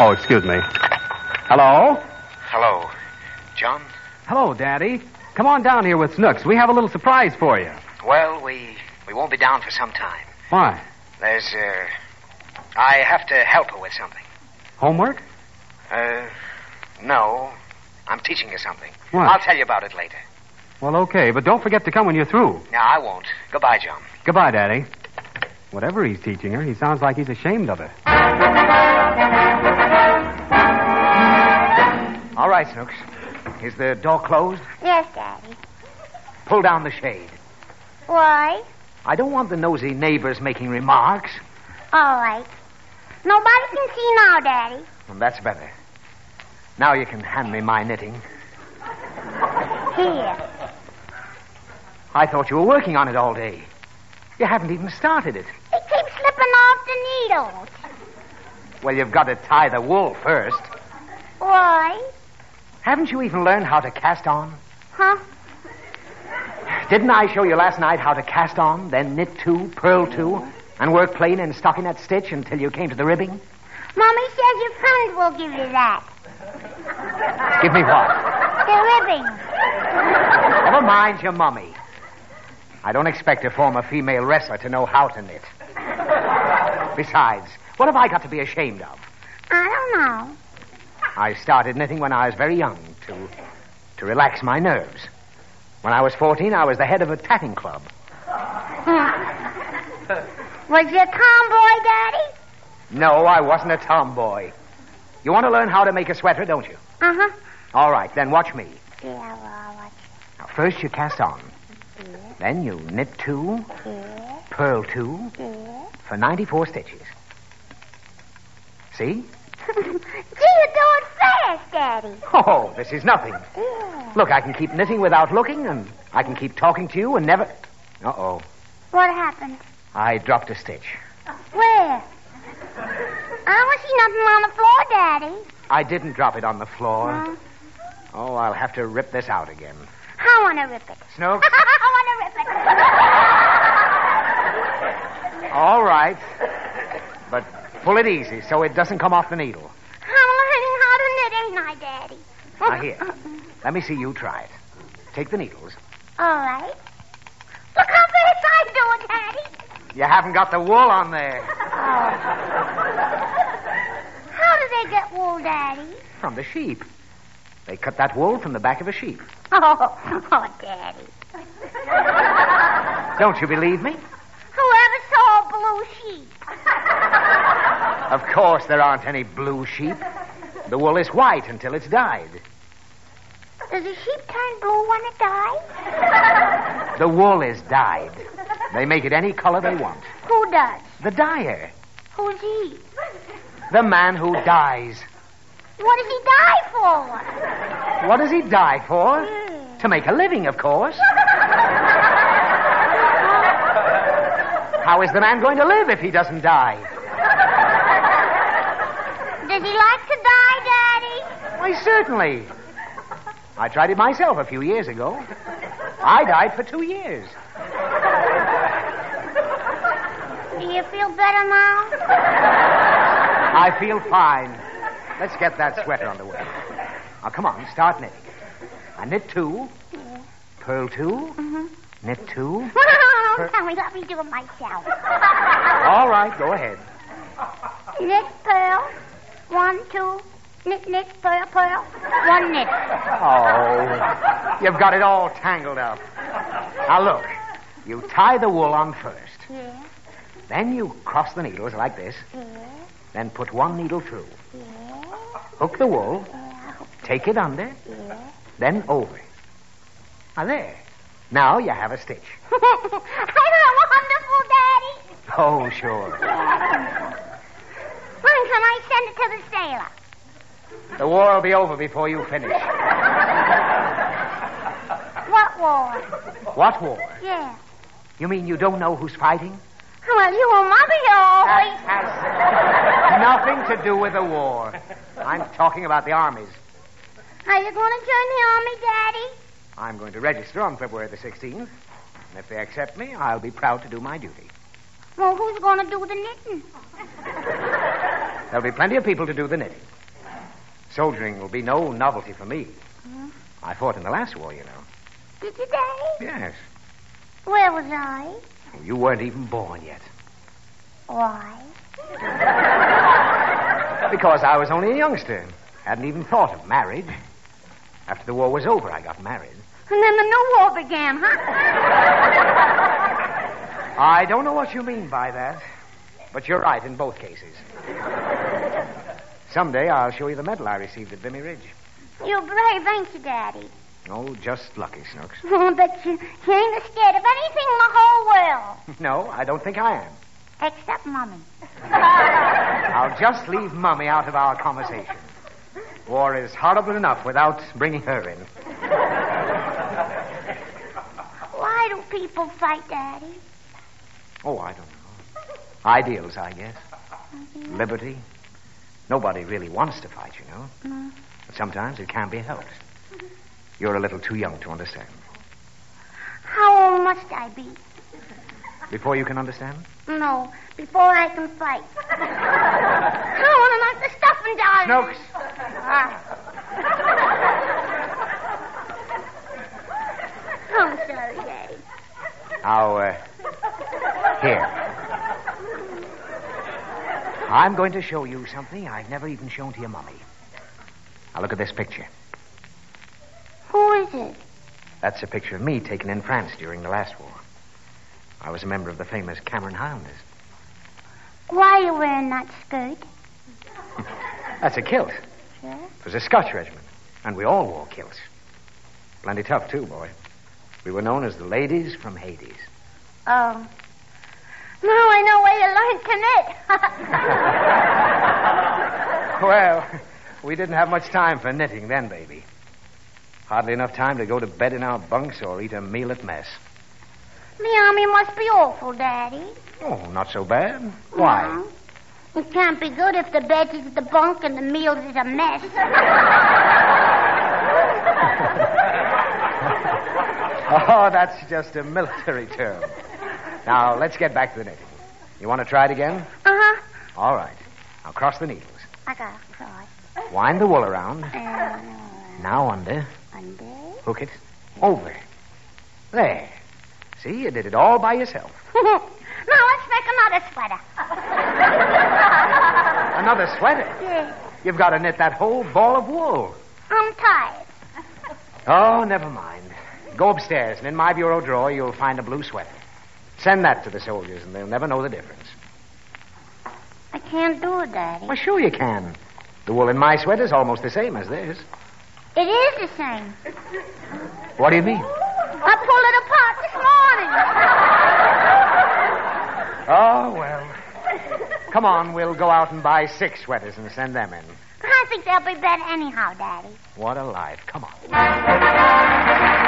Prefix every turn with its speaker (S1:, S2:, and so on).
S1: Oh, excuse me. Hello?
S2: Hello. John?
S1: Hello, Daddy. Come on down here with Snooks. We have a little surprise for you.
S2: Well, we we won't be down for some time.
S1: Why?
S2: There's uh I have to help her with something.
S1: Homework?
S2: Uh no. I'm teaching her something.
S1: What?
S2: I'll tell you about it later.
S1: Well, okay, but don't forget to come when you're through.
S2: No, I won't. Goodbye, John.
S1: Goodbye, Daddy. Whatever he's teaching her, he sounds like he's ashamed of it.
S3: All right, Snooks. Is the door closed?
S4: Yes, Daddy.
S3: Pull down the shade.
S4: Why?
S3: I don't want the nosy neighbors making remarks.
S4: All right. Nobody can see now, Daddy.
S3: Well, that's better. Now you can hand me my knitting.
S4: Here.
S3: I thought you were working on it all day. You haven't even started it.
S4: It keeps slipping off the needles.
S3: Well, you've got to tie the wool first.
S4: Why?
S3: Haven't you even learned how to cast on?
S4: Huh?
S3: Didn't I show you last night how to cast on, then knit two, purl two, and work plain and stockinette stitch until you came to the ribbing?
S4: Mommy says your friend will give you that.
S3: Give me what?
S4: The ribbing.
S3: Never mind your mummy. I don't expect a former female wrestler to know how to knit. Besides, what have I got to be ashamed of?
S4: I don't know.
S3: I started knitting when I was very young to to relax my nerves. When I was 14, I was the head of a tatting club.
S4: Was you a tomboy, Daddy?
S3: No, I wasn't a tomboy. You want to learn how to make a sweater, don't you?
S4: Uh huh.
S3: All right, then watch me.
S4: Yeah, well, what's
S3: Now, first you cast on. Then you knit two,
S4: here?
S3: purl two
S4: Here?
S3: for 94 stitches. See?
S4: Gee, you do it fast, Daddy.
S3: Oh, this is nothing.
S4: Yeah.
S3: Look, I can keep knitting without looking, and I can keep talking to you and never. Uh oh.
S4: What happened?
S3: I dropped a stitch.
S4: Where? I don't see nothing on the floor, Daddy.
S3: I didn't drop it on the floor.
S4: Huh?
S3: Oh, I'll have to rip this out again.
S4: I want to rip it.
S3: Snooks?
S4: I want to rip it.
S3: All right. But pull it easy so it doesn't come off the needle.
S4: I'm learning how to knit, ain't I, Daddy?
S3: Now, here. Let me see you try it. Take the needles.
S4: All right. Look how fast I do it, Daddy.
S3: You haven't got the wool on there.
S4: How do they get wool, Daddy?
S3: From the sheep. They cut that wool from the back of a sheep.
S4: Oh, oh, Daddy.
S3: Don't you believe me?
S4: Whoever saw a blue sheep?
S3: Of course, there aren't any blue sheep. The wool is white until it's dyed.
S4: Does a sheep turn blue when it dies?
S3: The wool is dyed. They make it any color they want.
S4: Who does?
S3: The dyer.
S4: Who's he?
S3: The man who dies.
S4: What does he die for?
S3: What does he die for?
S4: Hmm.
S3: To make a living, of course. How is the man going to live if he doesn't die?
S4: Does he like to die, Daddy?
S3: Why, certainly. I tried it myself a few years ago. I died for two years.
S4: Do you feel better now?
S3: I feel fine. Let's get that sweater underway. Now, come on, start knitting. I knit two, purl 2 knit two.
S4: Don't tell me. Let me do it myself.
S3: All right, go ahead.
S4: knit, pearl. One, two. Knit, knit, pearl, pearl. One knit.
S3: Oh, you've got it all tangled up. Now, look, you tie the wool on first.
S4: Yeah,
S3: Then you cross the needles like this,
S4: yeah,
S3: then put one needle through.
S4: yeah,
S3: Hook the wool,
S4: yeah,
S3: take it under,
S4: yeah.
S3: then over. Now, there. Now you have a stitch.
S4: Ain't I wonderful, Daddy?
S3: Oh, sure.
S4: When Hmm, can I send it to the sailor?
S3: The war will be over before you finish.
S4: What war?
S3: What war?
S4: Yeah.
S3: You mean you don't know who's fighting?
S4: Well, you and Mother, you always.
S3: Nothing to do with the war. I'm talking about the armies.
S4: Are you going to join the army, Daddy?
S3: I'm going to register on February the 16th. And if they accept me, I'll be proud to do my duty.
S4: Well, who's going to do the knitting?
S3: There'll be plenty of people to do the knitting. Soldiering will be no novelty for me. I fought in the last war, you know.
S4: Hmm? Did you, Daddy?
S3: Yes.
S4: Where was I?
S3: You weren't even born yet.
S4: Why?
S3: Because I was only a youngster. Hadn't even thought of marriage. After the war was over, I got married.
S4: And then the new war began, huh?
S3: I don't know what you mean by that, but you're right in both cases. Someday I'll show you the medal I received at Vimy Ridge.
S4: You're brave, ain't you, Daddy?
S3: Oh, just lucky, Snooks.
S4: Oh, but you, you ain't scared of anything in the whole world.
S3: No, I don't think I am.
S4: Except Mummy.
S3: I'll just leave Mummy out of our conversation. War is horrible enough without bringing her in.
S4: Why do people fight, Daddy?
S3: Oh, I don't know. Ideals, I guess. Liberty. Nobody really wants to fight, you know.
S4: No.
S3: But sometimes it can be helped. You're a little too young to understand.
S4: How old must I be?
S3: Before you can understand?
S4: No, before I can fight. I want to knock the stuffing down.
S3: Snooks.
S4: Ah. I'm Oh, sorry, Daddy.
S3: Now, uh, here. I'm going to show you something I've never even shown to your mummy. Now, look at this picture.
S4: Who is it?
S3: That's a picture of me taken in France during the last war. I was a member of the famous Cameron Highlanders.
S4: Why are you wearing that skirt?
S3: That's a kilt.
S4: Sure.
S3: It was a Scotch regiment, and we all wore kilts. Plenty tough, too, boy. We were known as the ladies from Hades.
S4: Oh. Now I know where you learned to knit.
S3: Well, we didn't have much time for knitting then, baby. Hardly enough time to go to bed in our bunks or eat a meal at mess.
S4: The army must be awful, Daddy.
S3: Oh, not so bad. Why?
S4: Mm-hmm. No. It can't be good if the bed is the bunk and the meals is a mess.
S3: Oh, that's just a military term. Now, let's get back to the knitting. You want to try it again?
S4: Uh-huh.
S3: All right. Now, cross the needles.
S4: I gotta cry. Uh,
S3: Wind the wool around.
S4: And
S3: Now under.
S4: under.
S3: Hook it. Over. There. See, you did it all by yourself.
S4: now let's make another sweater.
S3: Another sweater.
S4: Yeah.
S3: You've got to knit that whole ball of wool.
S4: I'm tired.
S3: Oh, never mind. Go upstairs, and in my bureau drawer, you'll find a blue sweater. Send that to the soldiers, and they'll never know the difference.
S4: I can't do it, Daddy.
S3: Well, sure you can. The wool in my sweater's almost the same as this.
S4: It is the same.
S3: What do you mean?
S4: I pulled it apart this
S3: Oh,
S4: morning.
S3: well. Come on, we'll go out and buy six sweaters and send them in.
S4: I think they'll be better anyhow, Daddy.
S3: What a life. Come on.
S4: Daddy,